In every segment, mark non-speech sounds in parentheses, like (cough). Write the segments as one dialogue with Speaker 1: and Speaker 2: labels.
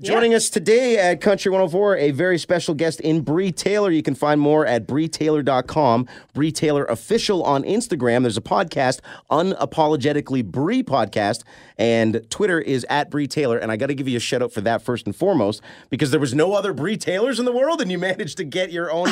Speaker 1: Joining us today at Country 104, a very special guest in Bree Taylor. You can find more at BreeTaylor.com. Bree Taylor official on Instagram. There's a podcast, Unapologetically Bree Podcast, and Twitter is at Bree Taylor. And I got to give you a shout out for that first and foremost because there was no other Bree Taylors in the world, and you (laughs) managed to get your
Speaker 2: (laughs)
Speaker 1: own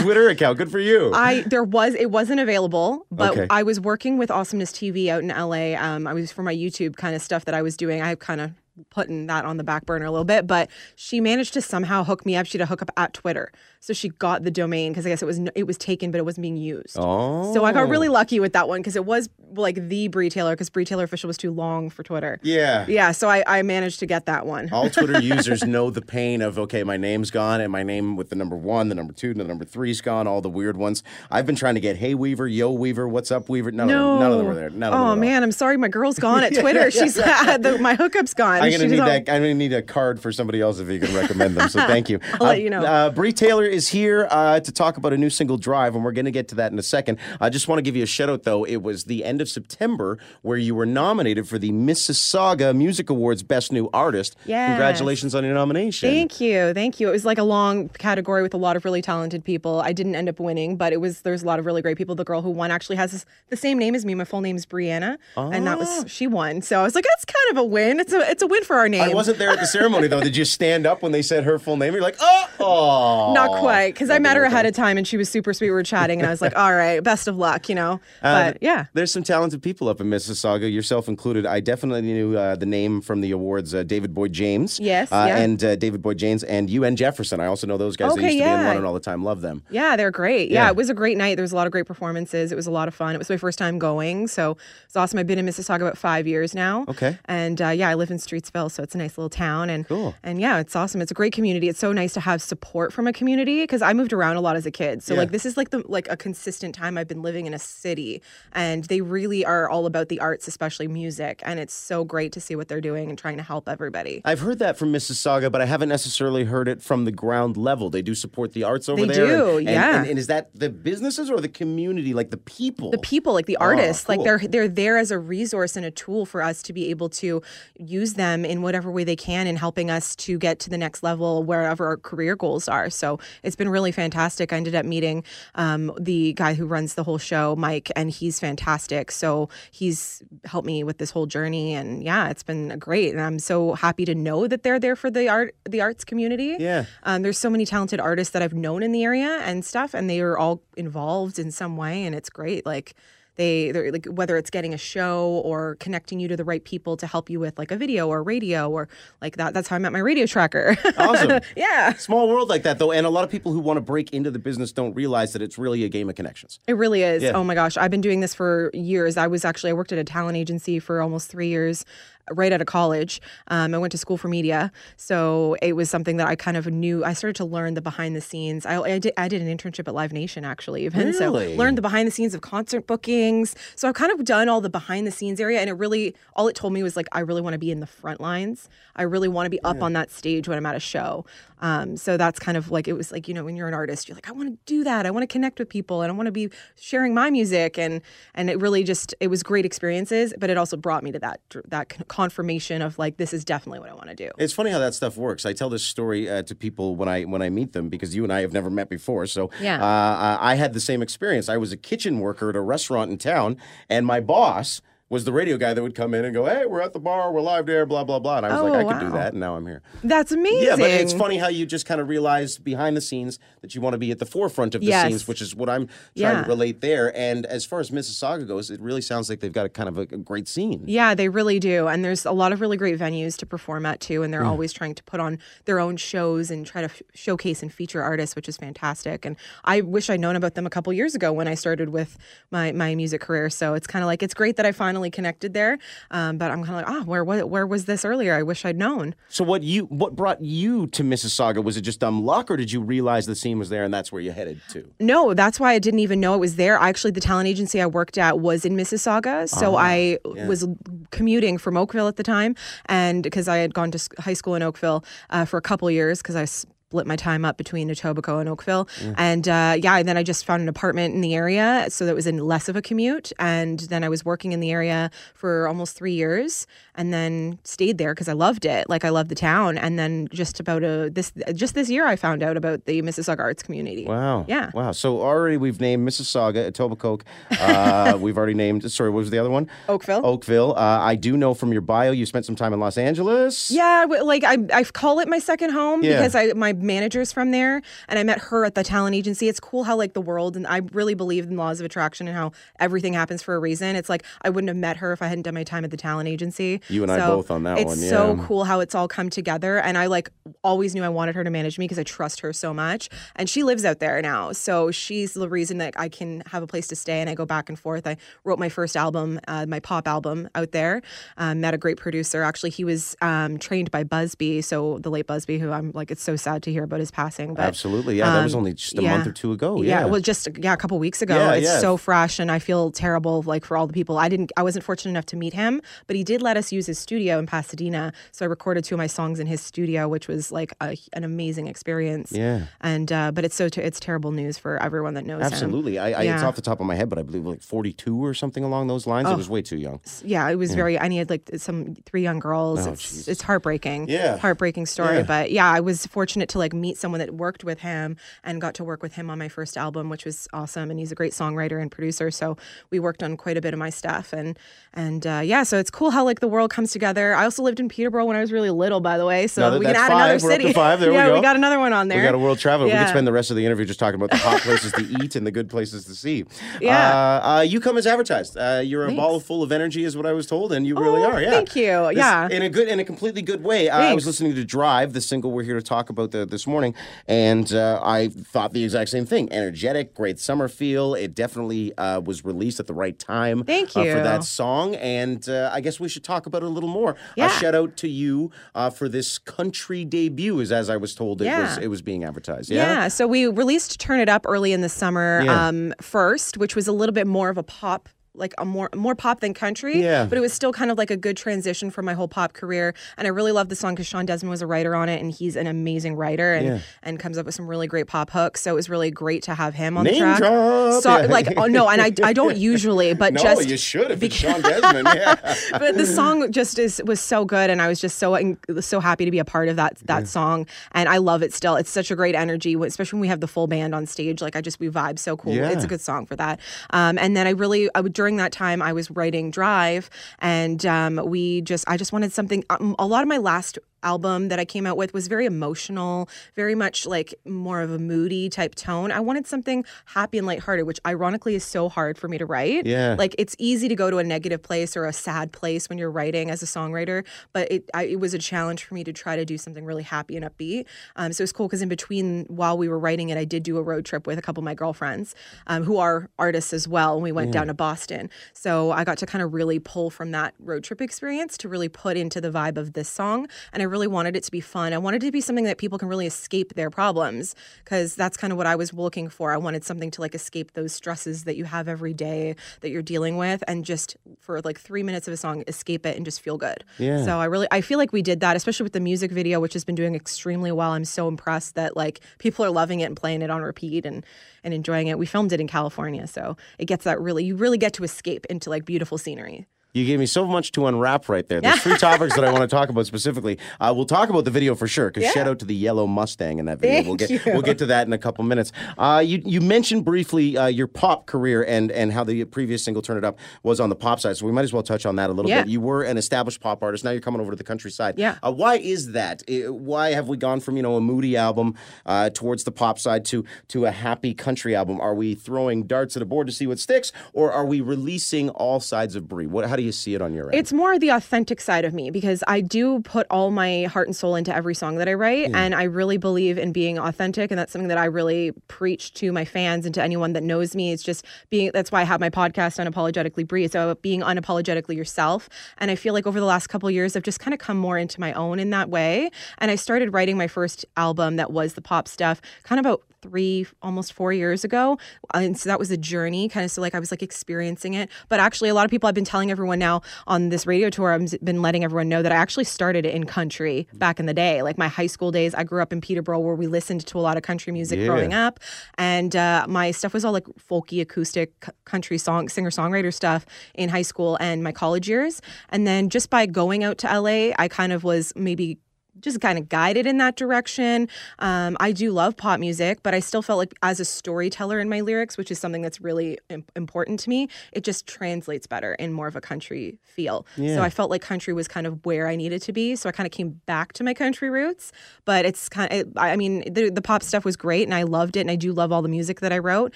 Speaker 1: Twitter account. Good for you. (laughs)
Speaker 2: I there was it wasn't available, but
Speaker 1: Okay.
Speaker 2: I was working with Awesomeness TV out in LA. Um, I was for my YouTube kind of stuff that I was doing. I kind of putting that on the back burner a little bit, but she managed to somehow hook me up. She had a hookup at Twitter, so she got the domain because I guess it was n- it was taken, but it wasn't being used.
Speaker 1: oh.
Speaker 2: So I got really lucky with that one because it was like the Brie Taylor because Brie Taylor official was too long for Twitter.
Speaker 1: Yeah. Oh,
Speaker 2: Yeah, so I, I managed to get that one.
Speaker 1: All Twitter users know the pain of okay, my name's gone, and my name with the number one, the number two, and the number three's gone. All the weird ones. I've been trying to get Hey Weaver, Yo Weaver, What's Up Weaver. None of them. None of them were there. None of them. at
Speaker 2: oh
Speaker 1: all.
Speaker 2: man, I'm sorry, my girl's
Speaker 1: (laughs)
Speaker 2: gone at Twitter. She's (laughs) the, my hookup's gone.
Speaker 1: I'm gonna
Speaker 2: She's
Speaker 1: need
Speaker 2: all-
Speaker 1: that. I'm gonna need a card for somebody else if you can recommend them. So
Speaker 2: (laughs)
Speaker 1: thank you.
Speaker 2: I'll let you know.
Speaker 1: Uh, Bree Taylor is here uh, to talk about a new single, Drive, and we're gonna get to that in a second. I just want to give you a shout out though. It was the end of September where you were nominated for the Mississauga Music Awards Best New Artist.
Speaker 2: Yes.
Speaker 1: Congratulations on your nomination.
Speaker 2: Thank you, thank you. It was like a long category with a lot of really talented people. I didn't end up winning, but it was there's a lot of really great people. The girl who won actually has this, the same name as me. My full name is Brianna, and that was she won. So I was like, that's kind of a win. It's a it's a win for our name.
Speaker 1: Ah. I wasn't there at the ceremony though. Did you stand up when they said her full name? You're like, oh, oh.
Speaker 2: Not quite, because I met her ahead of time and she was super sweet. We were chatting, and I
Speaker 1: (laughs)
Speaker 2: was like, all right, best of luck, you know.
Speaker 1: Um,
Speaker 2: But yeah.
Speaker 1: There's some talented people up in Mississauga, yourself included. I definitely knew uh, the name from the awards, uh, David Boyd James.
Speaker 2: Yes,
Speaker 1: uh,
Speaker 2: yeah.
Speaker 1: and uh, David Boyd James and UN Jefferson. I also know those guys. they
Speaker 2: Okay,
Speaker 1: used to be in
Speaker 2: yeah.
Speaker 1: one and all the time. Love them.
Speaker 2: Yeah, they're great. Yeah,
Speaker 1: Yeah.
Speaker 2: it was a great night. There was a lot of great performances. It was a lot of fun. It was my first time going, so it's awesome. I've been in Mississauga about five years now.
Speaker 1: Okay.
Speaker 2: And uh, yeah, I live in Streetsville, so it's a nice little town. And And yeah, it's awesome. It's a great community. It's so nice to have support from a community because I moved around a lot as a kid. So like this is like the like a consistent time I've been living in a city, and they really are all about the arts, especially music. And it's so great to see what they're doing and trying to help everybody.
Speaker 1: I've heard that from Mississauga, but I haven't necessarily heard it from the ground level. They do support the arts over
Speaker 2: They
Speaker 1: there. and-
Speaker 2: do,
Speaker 1: and-
Speaker 2: yeah.
Speaker 1: and- and is that the businesses or the community, like the people? Ah,
Speaker 2: the people like the artists
Speaker 1: cool.
Speaker 2: like they're they're there as a resource and a tool for us to be able to use them in whatever way they can in helping us to get to the next level wherever our career goals are so it's been really fantastic i ended up meeting um, the guy who runs the whole show mike and he's fantastic so he's helped me with this whole journey and yeah it's been great and i'm so happy to know that they're there for the art the arts community
Speaker 1: Yeah.
Speaker 2: um, there's so many talented artists that I've known in the area and stuff, and they are all involved in some way, and it's great. Like they, they're like whether it's getting a show or connecting you to the right people to help you with like a video or radio or like that. That's how I met my radio tracker. (laughs)
Speaker 1: Awesome.
Speaker 2: yeah.
Speaker 1: Small world like that, though, and a lot of people who want to break into the business don't realize that it's really a game of connections.
Speaker 2: It really is. Oh my gosh. I've been doing this for years. I was actually, I worked at a talent agency for almost three years right out of college. Um, I went to school for media. So it was something that I kind of knew. I started to learn the behind the scenes. I, I, did, I did an internship at Live Nation actually, even. So
Speaker 1: Really?
Speaker 2: learned the behind the scenes of concert bookings. So I've kind of done all the behind the scenes area. And it really, all it told me was like, I really want to be in the front lines. I really want to be up on that stage when I'm at a show. Um, so that's kind of like, it was like, you know, when you're an artist, you're like, I want to do that. I want to connect with people and I want to be sharing my music. And, and it really just, it was great experiences, but it also brought me to that, that confirmation of like, this is definitely what I want to do.
Speaker 1: It's funny how that stuff works. I tell this story uh, to people when I when I meet them because you and I have never met before. So
Speaker 2: Yeah.
Speaker 1: uh, I- I had the same experience. I was a kitchen worker at a restaurant in town, and my boss was the radio guy that would come in and go, "Hey, we're at the bar, we're live there, blah blah blah." And I was
Speaker 2: Oh,
Speaker 1: like, "I could do
Speaker 2: wow.
Speaker 1: that," and now I'm here.
Speaker 2: That's amazing.
Speaker 1: Yeah, but it's funny how you just kind of realize behind the scenes that you want to be at the forefront of the
Speaker 2: Yes.
Speaker 1: scenes, which is what I'm trying
Speaker 2: Yeah.
Speaker 1: to relate there. And as far as Mississauga goes, it really sounds like they've got a kind of a, a great scene.
Speaker 2: Yeah, they really do. And there's a lot of really great venues to perform at too. And they're always trying to put on their own shows and try to f- showcase and feature artists, which is fantastic. And I wish I'd known about them a couple years ago when I started with my, my music career. So it's kind of like, it's great that I finally connected there. Um, but I'm kind of like, oh, where, where, where was this earlier? I wish I'd known.
Speaker 1: So what you what brought you to Mississauga? Was it just dumb luck, or did you realize the scene was there and that's where you headed to?
Speaker 2: No, that's why I didn't even know it was there. I actually, the talent agency I worked at was in Mississauga, so I was commuting from Oakville at the time, and because I had gone to s- high school in Oakville uh, for a couple years, because I. s- split my time up between Etobicoke and Oakville. And uh, yeah, and then I just found an apartment in the area, so that was in less of a commute. And then I was working in the area for almost three years, and then stayed there because I loved it. Like I loved the town. And then just about a this just this year, I found out about the Mississauga Arts Community.
Speaker 1: Wow.
Speaker 2: Yeah.
Speaker 1: Wow. So already we've named Mississauga, Etobicoke. Uh, (laughs) we've already named, sorry, what was the other one?
Speaker 2: Oakville.
Speaker 1: Oakville. Uh, I do know from your bio you spent some time in Los Angeles.
Speaker 2: Yeah, w- like I, I call it my second home
Speaker 1: Yeah.
Speaker 2: because I my manager's from there, and I met her at the talent agency. It's cool how like the world, and I really believe in laws of attraction and how everything happens for a reason. It's like I wouldn't have met her if I hadn't done my time at the talent agency.
Speaker 1: You and I both on that
Speaker 2: it's
Speaker 1: one,
Speaker 2: so
Speaker 1: yeah.
Speaker 2: cool how it's all come together, and I like always knew I wanted her to manage me because I trust her so much, and she lives out there now, so she's the reason that I can have a place to stay, and I go back and forth. I wrote my first album, uh, my pop album, out there. Um, met a great producer. Actually, he was um, trained by Busby, so the late Busby, who I'm like, it's so sad to hear about his passing. But
Speaker 1: Absolutely. Yeah. that was only just a month
Speaker 2: Um, yeah.
Speaker 1: or two ago.
Speaker 2: yeah,
Speaker 1: Yeah.
Speaker 2: well, just yeah, a couple weeks ago.
Speaker 1: Yeah,
Speaker 2: it's
Speaker 1: yeah.
Speaker 2: so fresh, and I feel terrible, like for all the people. I didn't, I wasn't fortunate enough to meet him, but he did let us use his studio in Pasadena. So I recorded two of my songs in his studio, which was like a, an amazing experience.
Speaker 1: Yeah.
Speaker 2: And uh, but it's so te- it's terrible news for everyone that knows him.
Speaker 1: Absolutely. I, I, It's
Speaker 2: Yeah.
Speaker 1: off the top of my head, but I believe like 42 or something along those lines. It was way too young.
Speaker 2: yeah, it was very. And he had like some three young girls. it's it's heartbreaking.
Speaker 1: Oh, Yeah.
Speaker 2: heartbreaking story.
Speaker 1: Yeah.
Speaker 2: But yeah, I was fortunate to like meet someone that worked with him and got to work with him on my first album, which was awesome. And he's a great songwriter and producer, so we worked on quite a bit of my stuff. And and uh, yeah, so it's cool how like the world comes together. I also lived in Peterborough when I was really little, by the way. So
Speaker 1: Now that-
Speaker 2: we can
Speaker 1: that's
Speaker 2: add another
Speaker 1: five. We're up to
Speaker 2: city.
Speaker 1: five.
Speaker 2: (laughs)
Speaker 1: There we
Speaker 2: yeah,
Speaker 1: go.
Speaker 2: we got another one on there.
Speaker 1: We got a world travel. We
Speaker 2: Yeah.
Speaker 1: could spend the rest of the interview just talking about the hot places to eat and the good places to see.
Speaker 2: Yeah.
Speaker 1: Uh, uh, you come as advertised. Uh, you're a ball full of energy, is what I was told, and you really
Speaker 2: Oh,
Speaker 1: are. Yeah.
Speaker 2: thank you. Yeah.
Speaker 1: In a good, in a completely good way. Uh, I was
Speaker 2: Thanks.
Speaker 1: listening to Drive, the single we're here to talk about the, this morning, and uh, I thought the exact same thing. Energetic, great summer feel. It definitely uh, was released at the right time.
Speaker 2: Thank
Speaker 1: uh, for
Speaker 2: you.
Speaker 1: that song, and uh, I guess we should talk about it a little more. A
Speaker 2: Yeah.
Speaker 1: shout out to you uh, for this country debut, is as I was told it was
Speaker 2: Yeah.
Speaker 1: it was being advertised. Yeah.
Speaker 2: So we released Turn It Up early in the summer
Speaker 1: Yeah.
Speaker 2: um, first, which was a little bit more of a pop. Like a more more pop than country,
Speaker 1: Yeah.
Speaker 2: but it was still kind of like a good transition from my whole pop career. And I really love the song because Sean Desmond was a writer on it, and he's an amazing writer and, and comes up with some really great pop hooks. So it was really great to have him on the
Speaker 1: Name
Speaker 2: track.
Speaker 1: drop.
Speaker 2: So
Speaker 1: Yeah.
Speaker 2: like oh no, and I, I don't usually,
Speaker 1: (laughs)
Speaker 2: but
Speaker 1: No,
Speaker 2: just
Speaker 1: you should if it's Sean Desmond.
Speaker 2: (laughs)
Speaker 1: Yeah.
Speaker 2: but the song just is was so good, and I was just so in- so happy to be a part of that that song, and I love it still. It's such a great energy, when- especially when we have the full band on stage. Like I just we vibe so cool.
Speaker 1: Yeah.
Speaker 2: It's a good song for that. Um, and then I really I, would- during that time I was writing Drive, and um, we just I just wanted something. Um, a lot of my last album that I came out with was very emotional, very much like more of a moody type tone. I wanted something happy and lighthearted, which ironically is so hard for me to write.
Speaker 1: Yeah.
Speaker 2: Like it's easy to go to a negative place or a sad place when you're writing as a songwriter, but it I, it was a challenge for me to try to do something really happy and upbeat. Um, so it was cool because in between while we were writing it, I did do a road trip with a couple of my girlfriends um, who are artists as well, and we went down to Boston. So I got to kind of really pull from that road trip experience to really put into the vibe of this song, and I really wanted it to be fun. I wanted it to be something that people can really escape their problems because that's kind of what I was looking for. I wanted something to like escape those stresses that you have every day that you're dealing with and just for like three minutes of a song, escape it and just feel good.
Speaker 1: Yeah.
Speaker 2: So I really, I feel like we did that, especially with the music video, which has been doing extremely well. I'm so impressed that like people are loving it and playing it on repeat and, and enjoying it. We filmed it in California. So it gets that really, you really get to escape into like beautiful scenery.
Speaker 1: You gave me so much to unwrap right there. There's three topics that I
Speaker 2: (laughs)
Speaker 1: want to talk about specifically. Uh, we'll talk about the video for sure. Because shout out to the yellow Mustang in that video. we'll get
Speaker 2: Thank
Speaker 1: we'll get to that in a couple minutes. Uh, you you mentioned briefly uh, your pop career and and how the previous single "Turn It Up" was on the pop side. So we might as well touch on that a little
Speaker 2: Yeah.
Speaker 1: bit. You were an established pop artist. Now you're coming over to the countryside.
Speaker 2: Yeah.
Speaker 1: Uh, why is that? I- why have we gone from you know a moody album uh, towards the pop side to to a happy country album? Are we throwing darts at a board to see what sticks, or are we releasing all sides of Brie? What? How do you see it on your end?
Speaker 2: It's more the authentic side of me because I do put all my heart and soul into every song that I write. And I really believe in being authentic. And that's something that I really preach to my fans and to anyone that knows me. It's just being that's why I have my podcast, Unapologetically Bree. It's about being unapologetically yourself. And I feel like over the last couple years, I've just kind of come more into my own in that way. And I started writing my first album that was the pop stuff kind of about three, almost four years ago. And so that was a journey, kind of. So, like, I was like experiencing it. But actually, a lot of people I've been telling everyone now on this radio tour, I've been letting everyone know that I actually started in country back in the day. Like, my high school days, I grew up in Peterborough where we listened to a lot of country music
Speaker 1: Yeah.
Speaker 2: growing up. And uh, my stuff was all like folky, acoustic, c- country song, singer songwriter stuff in high school and my college years. And then just by going out to LA, I kind of was maybe just kind of guided in that direction. Um, I do love pop music, but I still felt like as a storyteller in my lyrics, which is something that's really im- important to me, it just translates better in more of a country feel.
Speaker 1: Yeah.
Speaker 2: So I felt like country was kind of where I needed to be. So I kind of came back to my country roots, but it's kind of, I I mean, the, the pop stuff was great and I loved it and I do love all the music that I wrote,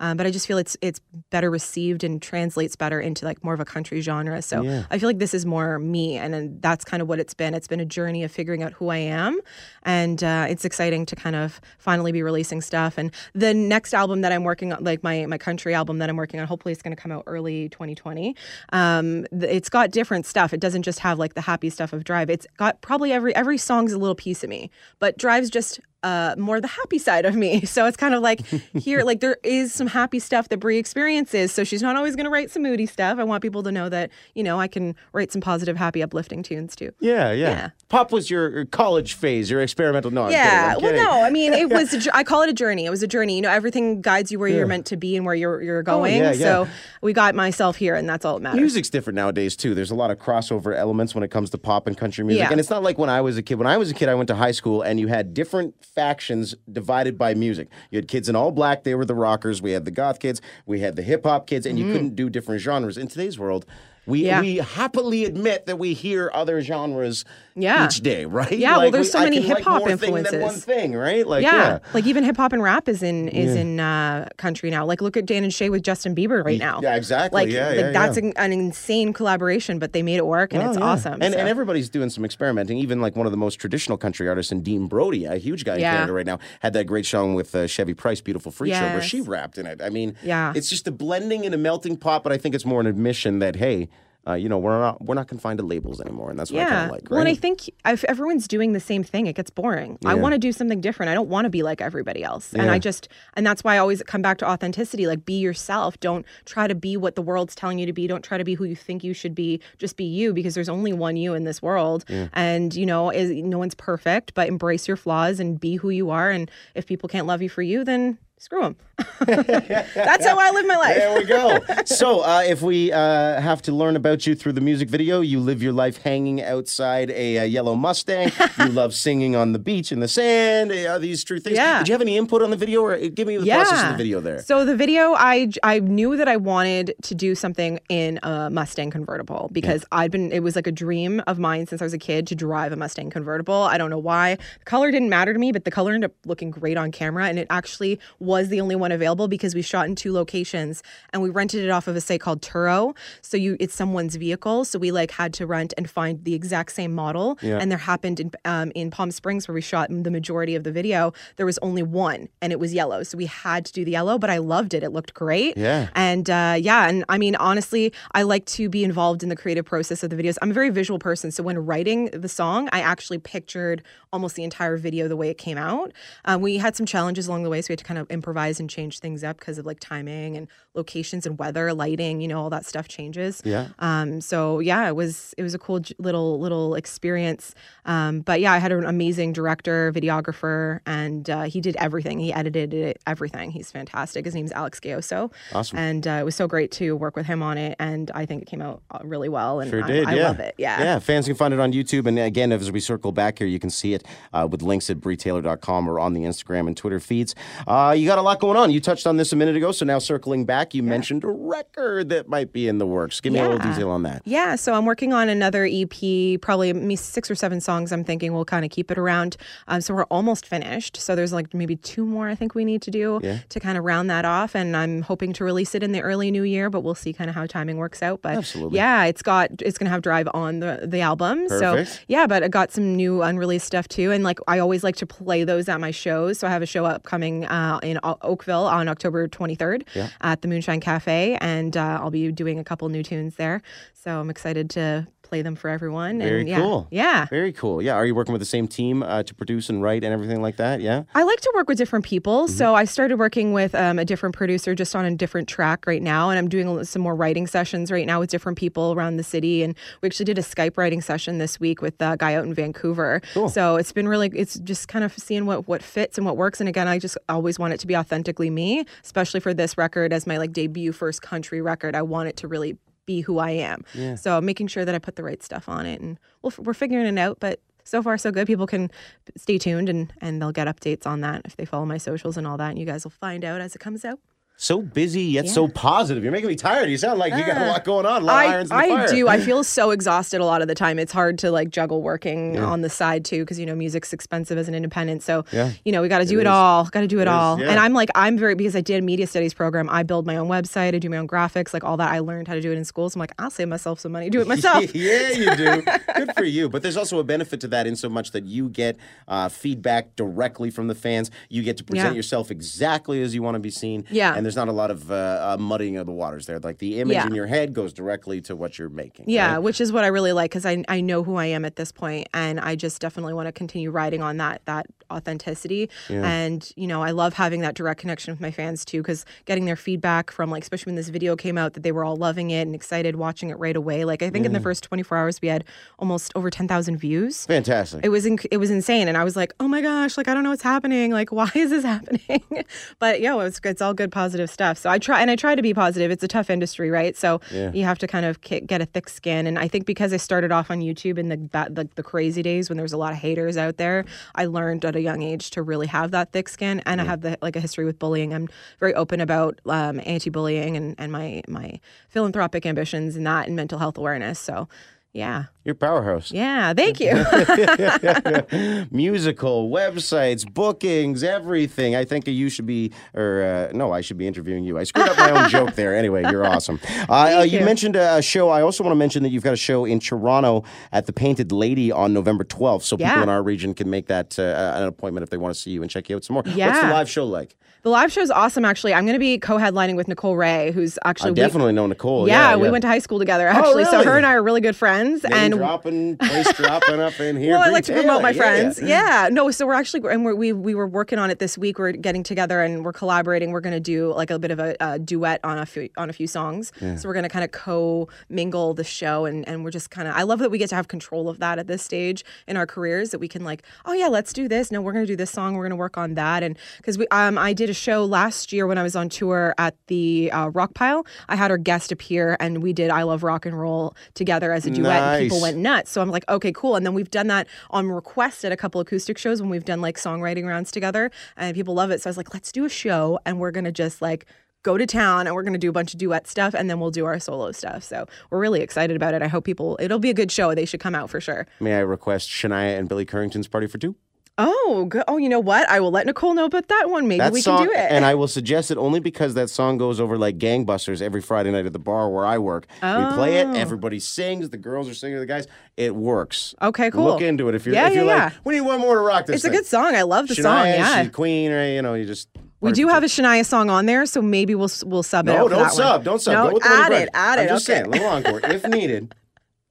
Speaker 2: um, but I just feel it's, it's better received and translates better into like more of a country genre. So
Speaker 1: Yeah.
Speaker 2: I feel like this is more me, and, and that's kind of what it's been. It's been a journey of figuring out who I am, and uh, it's exciting to kind of finally be releasing stuff. And the next album that I'm working on, like my my country album that I'm working on, hopefully it's going to come out early 2020. Um, th- it's got different stuff. It doesn't just have like the happy stuff of Drive. It's got probably every every song's a little piece of me, but Drive's just uh, more the happy side of me. (laughs) So it's kind of like here, like there is some happy stuff that Brie experiences. So she's not always going to write some moody stuff. I want people to know that, you know, I can write some positive, happy, uplifting tunes too.
Speaker 1: Yeah, yeah.
Speaker 2: Yeah.
Speaker 1: Pop was your your college phase, your experimental. No, I'm kidding,
Speaker 2: yeah.
Speaker 1: I'm
Speaker 2: Well,
Speaker 1: kidding.
Speaker 2: no, I mean,
Speaker 1: (laughs)
Speaker 2: it was, a jour- I call it a journey. It was a journey. You know, everything guides you where you're meant to be and where you're, you're going.
Speaker 1: Oh, yeah,
Speaker 2: So we got myself here, and that's all that matters.
Speaker 1: Music's different nowadays too. There's a lot of crossover elements when it comes to pop and country music,
Speaker 2: Yeah.
Speaker 1: and it's not like when I was a kid. When I was a kid, I went to high school, and you had different factions divided by music. You had kids in all black; they were the rockers. We had the goth kids. We had the hip hop kids, and you couldn't do different genres. In today's world, we
Speaker 2: Mm. Yeah.
Speaker 1: we happily admit that we hear other genres
Speaker 2: Yeah.
Speaker 1: each day, right?
Speaker 2: Yeah, well, there's
Speaker 1: we-
Speaker 2: so
Speaker 1: I
Speaker 2: many
Speaker 1: can like
Speaker 2: hip-hop
Speaker 1: more thing than
Speaker 2: influences.
Speaker 1: one thing, right? Like
Speaker 2: yeah.
Speaker 1: yeah.
Speaker 2: like even hip hop and rap is in is in uh, country now. Like look at Dan and Shay with Justin Bieber right now.
Speaker 1: yeah, exactly.
Speaker 2: Like,
Speaker 1: Yeah,
Speaker 2: like,
Speaker 1: yeah, yeah.
Speaker 2: that's an, an insane collaboration, but they made it work, and it's
Speaker 1: Oh, yeah.
Speaker 2: awesome.
Speaker 1: And,
Speaker 2: so.
Speaker 1: and everybody's doing some experimenting. Even like one of the most traditional country artists, in Dean Brody, a huge guy
Speaker 2: Yeah.
Speaker 1: in Canada right now, had that great song with uh, Chevy Price, "Beautiful Free Show," where
Speaker 2: Yes.
Speaker 1: she rapped in it. I mean,
Speaker 2: Yeah.
Speaker 1: it's just a blending and a melting pot. But I think it's more an admission that hey, uh, you know, we're not we're not confined to labels anymore, and that's what I kind
Speaker 2: Yeah.
Speaker 1: of like. Right?
Speaker 2: Well, and I think if everyone's doing the same thing, it gets boring. I want to do something different. I don't want to be like everybody else. And I just, and that's why I always come back to authenticity. Like, be yourself. Don't try to be what the world's telling you to be. Don't try to be who you think you should be. Just be you because there's only one you in this world. And, you know, is, no one's perfect, but embrace your flaws and be who you are. And if people can't love you for you, then screw them. (laughs) that's how I live my life.
Speaker 1: there we go. so, uh, if we uh, have to learn about you through the music video, you live your life hanging outside a, uh yellow
Speaker 2: (laughs)
Speaker 1: Mustang. you love singing on the beach in the sand. Are these true things?
Speaker 2: Yeah.
Speaker 1: Did you have any input on the video, or uh, give me the process of the video there?
Speaker 2: So the video, I j- I knew that I wanted to do something in a Mustang convertible because I'd been it was like a dream of mine since I was a kid to drive a Mustang convertible. I don't know why. The color didn't matter to me, but the color ended up looking great on camera, and it actually was the only one available because we shot in two locations and we rented it off of a site called Turo. So you it's someone's vehicle, so we like had to rent and find the exact same model. And there happened in um, in Palm Springs where we shot the majority of the video. There was only one, and it was yellow, so we had to do the yellow. But I loved it; it looked great.
Speaker 1: Yeah.
Speaker 2: And uh, yeah, and I mean, honestly, I like to be involved in the creative process of the videos. I'm a very visual person, so when writing the song, I actually pictured almost the entire video the way it came out. Um, we had some challenges along the way, so we had to kind of improvise and change things up because of like timing and locations and weather, lighting, you know, all that stuff changes.
Speaker 1: Yeah.
Speaker 2: Um, so yeah, it was it was a cool j- little little experience. Um, but yeah, I had an amazing director, videographer, and uh, he did everything. He edited it, everything. He's fantastic. His name's Alex Gayoso.
Speaker 1: Awesome.
Speaker 2: And uh, it was so great to work with him on it, and I think it came out uh, really well. And
Speaker 1: Sure
Speaker 2: I,
Speaker 1: did.
Speaker 2: I
Speaker 1: yeah.
Speaker 2: love it. Yeah.
Speaker 1: Yeah. Fans can find it on YouTube. And again, as we circle back here, you can see it uh, with links at britaylor.com or on the Instagram and Twitter feeds. Uh, you got a lot going on. You touched on this a minute ago. So now circling back, you mentioned a record that might be in the works. Give me a little
Speaker 2: Yeah.
Speaker 1: detail on that.
Speaker 2: Yeah, so I'm working on another EP, probably me six or seven songs. I'm thinking we'll kind of keep it around. Um, so we're almost finished. So there's like maybe two more I think we need to do to kind of round that off. And I'm hoping to release it in the early new year, but we'll see kind of how timing works out. But
Speaker 1: Absolutely.
Speaker 2: yeah, it's got it's gonna have drive on the the album.
Speaker 1: Perfect.
Speaker 2: So yeah, but I got some new unreleased stuff too. And like I always like to play those at my shows. So I have a show upcoming uh, in O- Oakville on October 23rd at the Moonshine Cafe, and uh, I'll be doing a couple new tunes there. So I'm excited to play them for everyone.
Speaker 1: Very
Speaker 2: and yeah,
Speaker 1: cool.
Speaker 2: Yeah.
Speaker 1: Very cool. Yeah. Are you working with the same team uh, to produce and write and everything like that? Yeah.
Speaker 2: I like to work with different people. So I started working with um, a different producer just on a different track right now. And I'm doing a li- some more writing sessions right now with different people around the city. And we actually did a Skype writing session this week with a guy out in Vancouver. So it's been really, it's just kind of seeing what, what fits and what works. And again, I just always want it to be authentically me, especially for this record as my like debut first country record. I want it to really be who I am. So I'm making sure that I put the right stuff on it. And we'll, f- we're figuring it out. But so far so good people can stay tuned and and they'll get updates on that if they follow my socials and all that and you guys will find out as it comes out
Speaker 1: So busy yet so positive. You're making me tired. You sound like you got a lot going on. A lot of
Speaker 2: Uh, i,
Speaker 1: irons in the
Speaker 2: I
Speaker 1: fire.
Speaker 2: do i feel so exhausted a lot of the time it's hard to like juggle working on the side too because you know music's expensive as an independent so
Speaker 1: Yeah.
Speaker 2: you know we got to do it, all got to do it, all
Speaker 1: yeah.
Speaker 2: and i'm like i'm very because i did a media studies program i build my own website i do my own graphics like all that i learned how to do it in school so i'm like i'll save myself some money do it (laughs)
Speaker 1: (laughs)
Speaker 2: myself
Speaker 1: yeah, you
Speaker 2: (laughs)
Speaker 1: do. Good for you. But there's also a benefit to that in so much that you get uh, feedback directly from the fans. You get to present
Speaker 2: Yeah.
Speaker 1: yourself exactly as you want to be seen.
Speaker 2: Yeah.
Speaker 1: And there's not a lot of uh, uh, muddying of the waters there. Like the image
Speaker 2: Yeah.
Speaker 1: in your head goes directly to what you're making.
Speaker 2: Yeah,
Speaker 1: right?
Speaker 2: which is what I really like because I, I know who I am at this point, and I just definitely want to continue riding on that that authenticity. And you know, I love having that direct connection with my fans too, because getting their feedback from like, especially when this video came out, that they were all loving it and excited watching it right away. Like I think in the first 24 hours, we had almost over 10,000 views.
Speaker 1: Fantastic.
Speaker 2: It was inc- it was insane, and I was like, "Oh my gosh! Like I don't know what's happening. Like why is this (laughs) happening?" but yeah, it's it's all good, positive stuff. So I try and I try to be positive. It's a tough industry, right? So you have to kind of ki- get a thick skin. And I think because I started off on YouTube in the ba- the, the crazy days when there was a lot of haters out there, I learned at a young age to really have that thick skin. And I have the like a history with bullying. I'm very open about um, anti-bullying and and my my philanthropic ambitions and that and mental health awareness. So. Yeah.
Speaker 1: You're a powerhouse.
Speaker 2: Yeah. Thank you.
Speaker 1: Musical, websites, bookings, everything. I think you should be, or uh, no, I should be interviewing you. I screwed up my own joke there. Anyway, you're awesome.
Speaker 2: (laughs)
Speaker 1: Uh, uh, you,
Speaker 2: you.
Speaker 1: mentioned a show. I also want to mention that you've got a show in Toronto at the Painted Lady on November 12th. So people
Speaker 2: Yeah.
Speaker 1: in our region can make that uh, an appointment if they want to see you and check you out some more. What's the
Speaker 2: Yeah.
Speaker 1: live show like?
Speaker 2: The live show is awesome, actually. I'm going to be co headlining with Nicole Ray, who's
Speaker 1: I
Speaker 2: actually. we-
Speaker 1: definitely know Nicole.
Speaker 2: yeah, we went to high school together, actually. So
Speaker 1: really?
Speaker 2: her and I are really good friends.
Speaker 1: and
Speaker 2: and
Speaker 1: dropping, place dropping up
Speaker 2: (laughs)
Speaker 1: in here.
Speaker 2: well, I
Speaker 1: Bree
Speaker 2: like to
Speaker 1: Taylor,
Speaker 2: promote my
Speaker 1: yeah,
Speaker 2: friends.
Speaker 1: yeah.
Speaker 2: Yeah. No, so we're actually, and we're, we we were working on it this week. We're getting together and we're collaborating. We're going to do like a bit of a, a duet on a few on a few songs. So we're going to kind of co mingle the show, and and we're just kind of. I love that we get to have control of that at this stage in our careers. That we can like, oh yeah, let's do this. No, we're going to do this song. We're going to work on that, and because we um I did a show last year when I was on tour at the uh, Rock Pile. I had our guest appear, and we did I Love Rock and Roll together as a duet, and people
Speaker 1: Nice.
Speaker 2: went nuts. So I'm like, okay, cool. And then we've done that on request at a couple acoustic shows when we've done like songwriting rounds together, and people love it. So I was like, let's do a show, and we're gonna just like go to town, and we're gonna do a bunch of duet stuff, and then we'll do our solo stuff. So we're really excited about it. I hope people, it'll be a good show. They should come out for sure.
Speaker 1: May I request Shania and Billy Currington's Party for Two?
Speaker 2: Oh, good. Oh, you know what? I will let Nicole know about that one. Maybe
Speaker 1: That
Speaker 2: we
Speaker 1: song,
Speaker 2: can do it.
Speaker 1: and I will suggest it only because that song goes over like gangbusters every Friday night at the bar where I work. We play it,
Speaker 2: Oh.
Speaker 1: everybody sings, the girls are singing, the guys. It works.
Speaker 2: Okay, cool.
Speaker 1: Look into it if you're
Speaker 2: Yeah,
Speaker 1: if you're
Speaker 2: yeah,
Speaker 1: like, we need one more to rock this.
Speaker 2: it's a
Speaker 1: thing."
Speaker 2: good song. I love the
Speaker 1: Shania,
Speaker 2: song. Yeah.
Speaker 1: she's a queen, right? You know, you just
Speaker 2: we do have a Shania song on there, so maybe we'll we'll sub it
Speaker 1: no,
Speaker 2: out for
Speaker 1: don't
Speaker 2: that
Speaker 1: sub,
Speaker 2: one.
Speaker 1: don't sub.
Speaker 2: No,
Speaker 1: Go with the one you
Speaker 2: add
Speaker 1: brought.
Speaker 2: it, add it.
Speaker 1: I'm just
Speaker 2: okay.
Speaker 1: saying, little encore
Speaker 2: (laughs)
Speaker 1: if needed.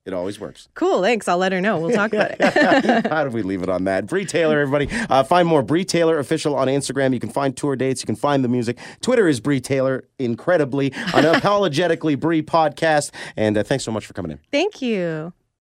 Speaker 1: It always works.
Speaker 2: Cool, thanks. I'll let her know. We'll talk about it.
Speaker 1: (laughs) How do we leave it on that? Bree Taylor, everybody. Uh, find more Bree Taylor official on Instagram. You can find tour dates. You can find the music. Twitter is Bree Taylor, incredibly, unapologetically Bree podcast. And uh, thanks so much for coming in.
Speaker 2: Thank you.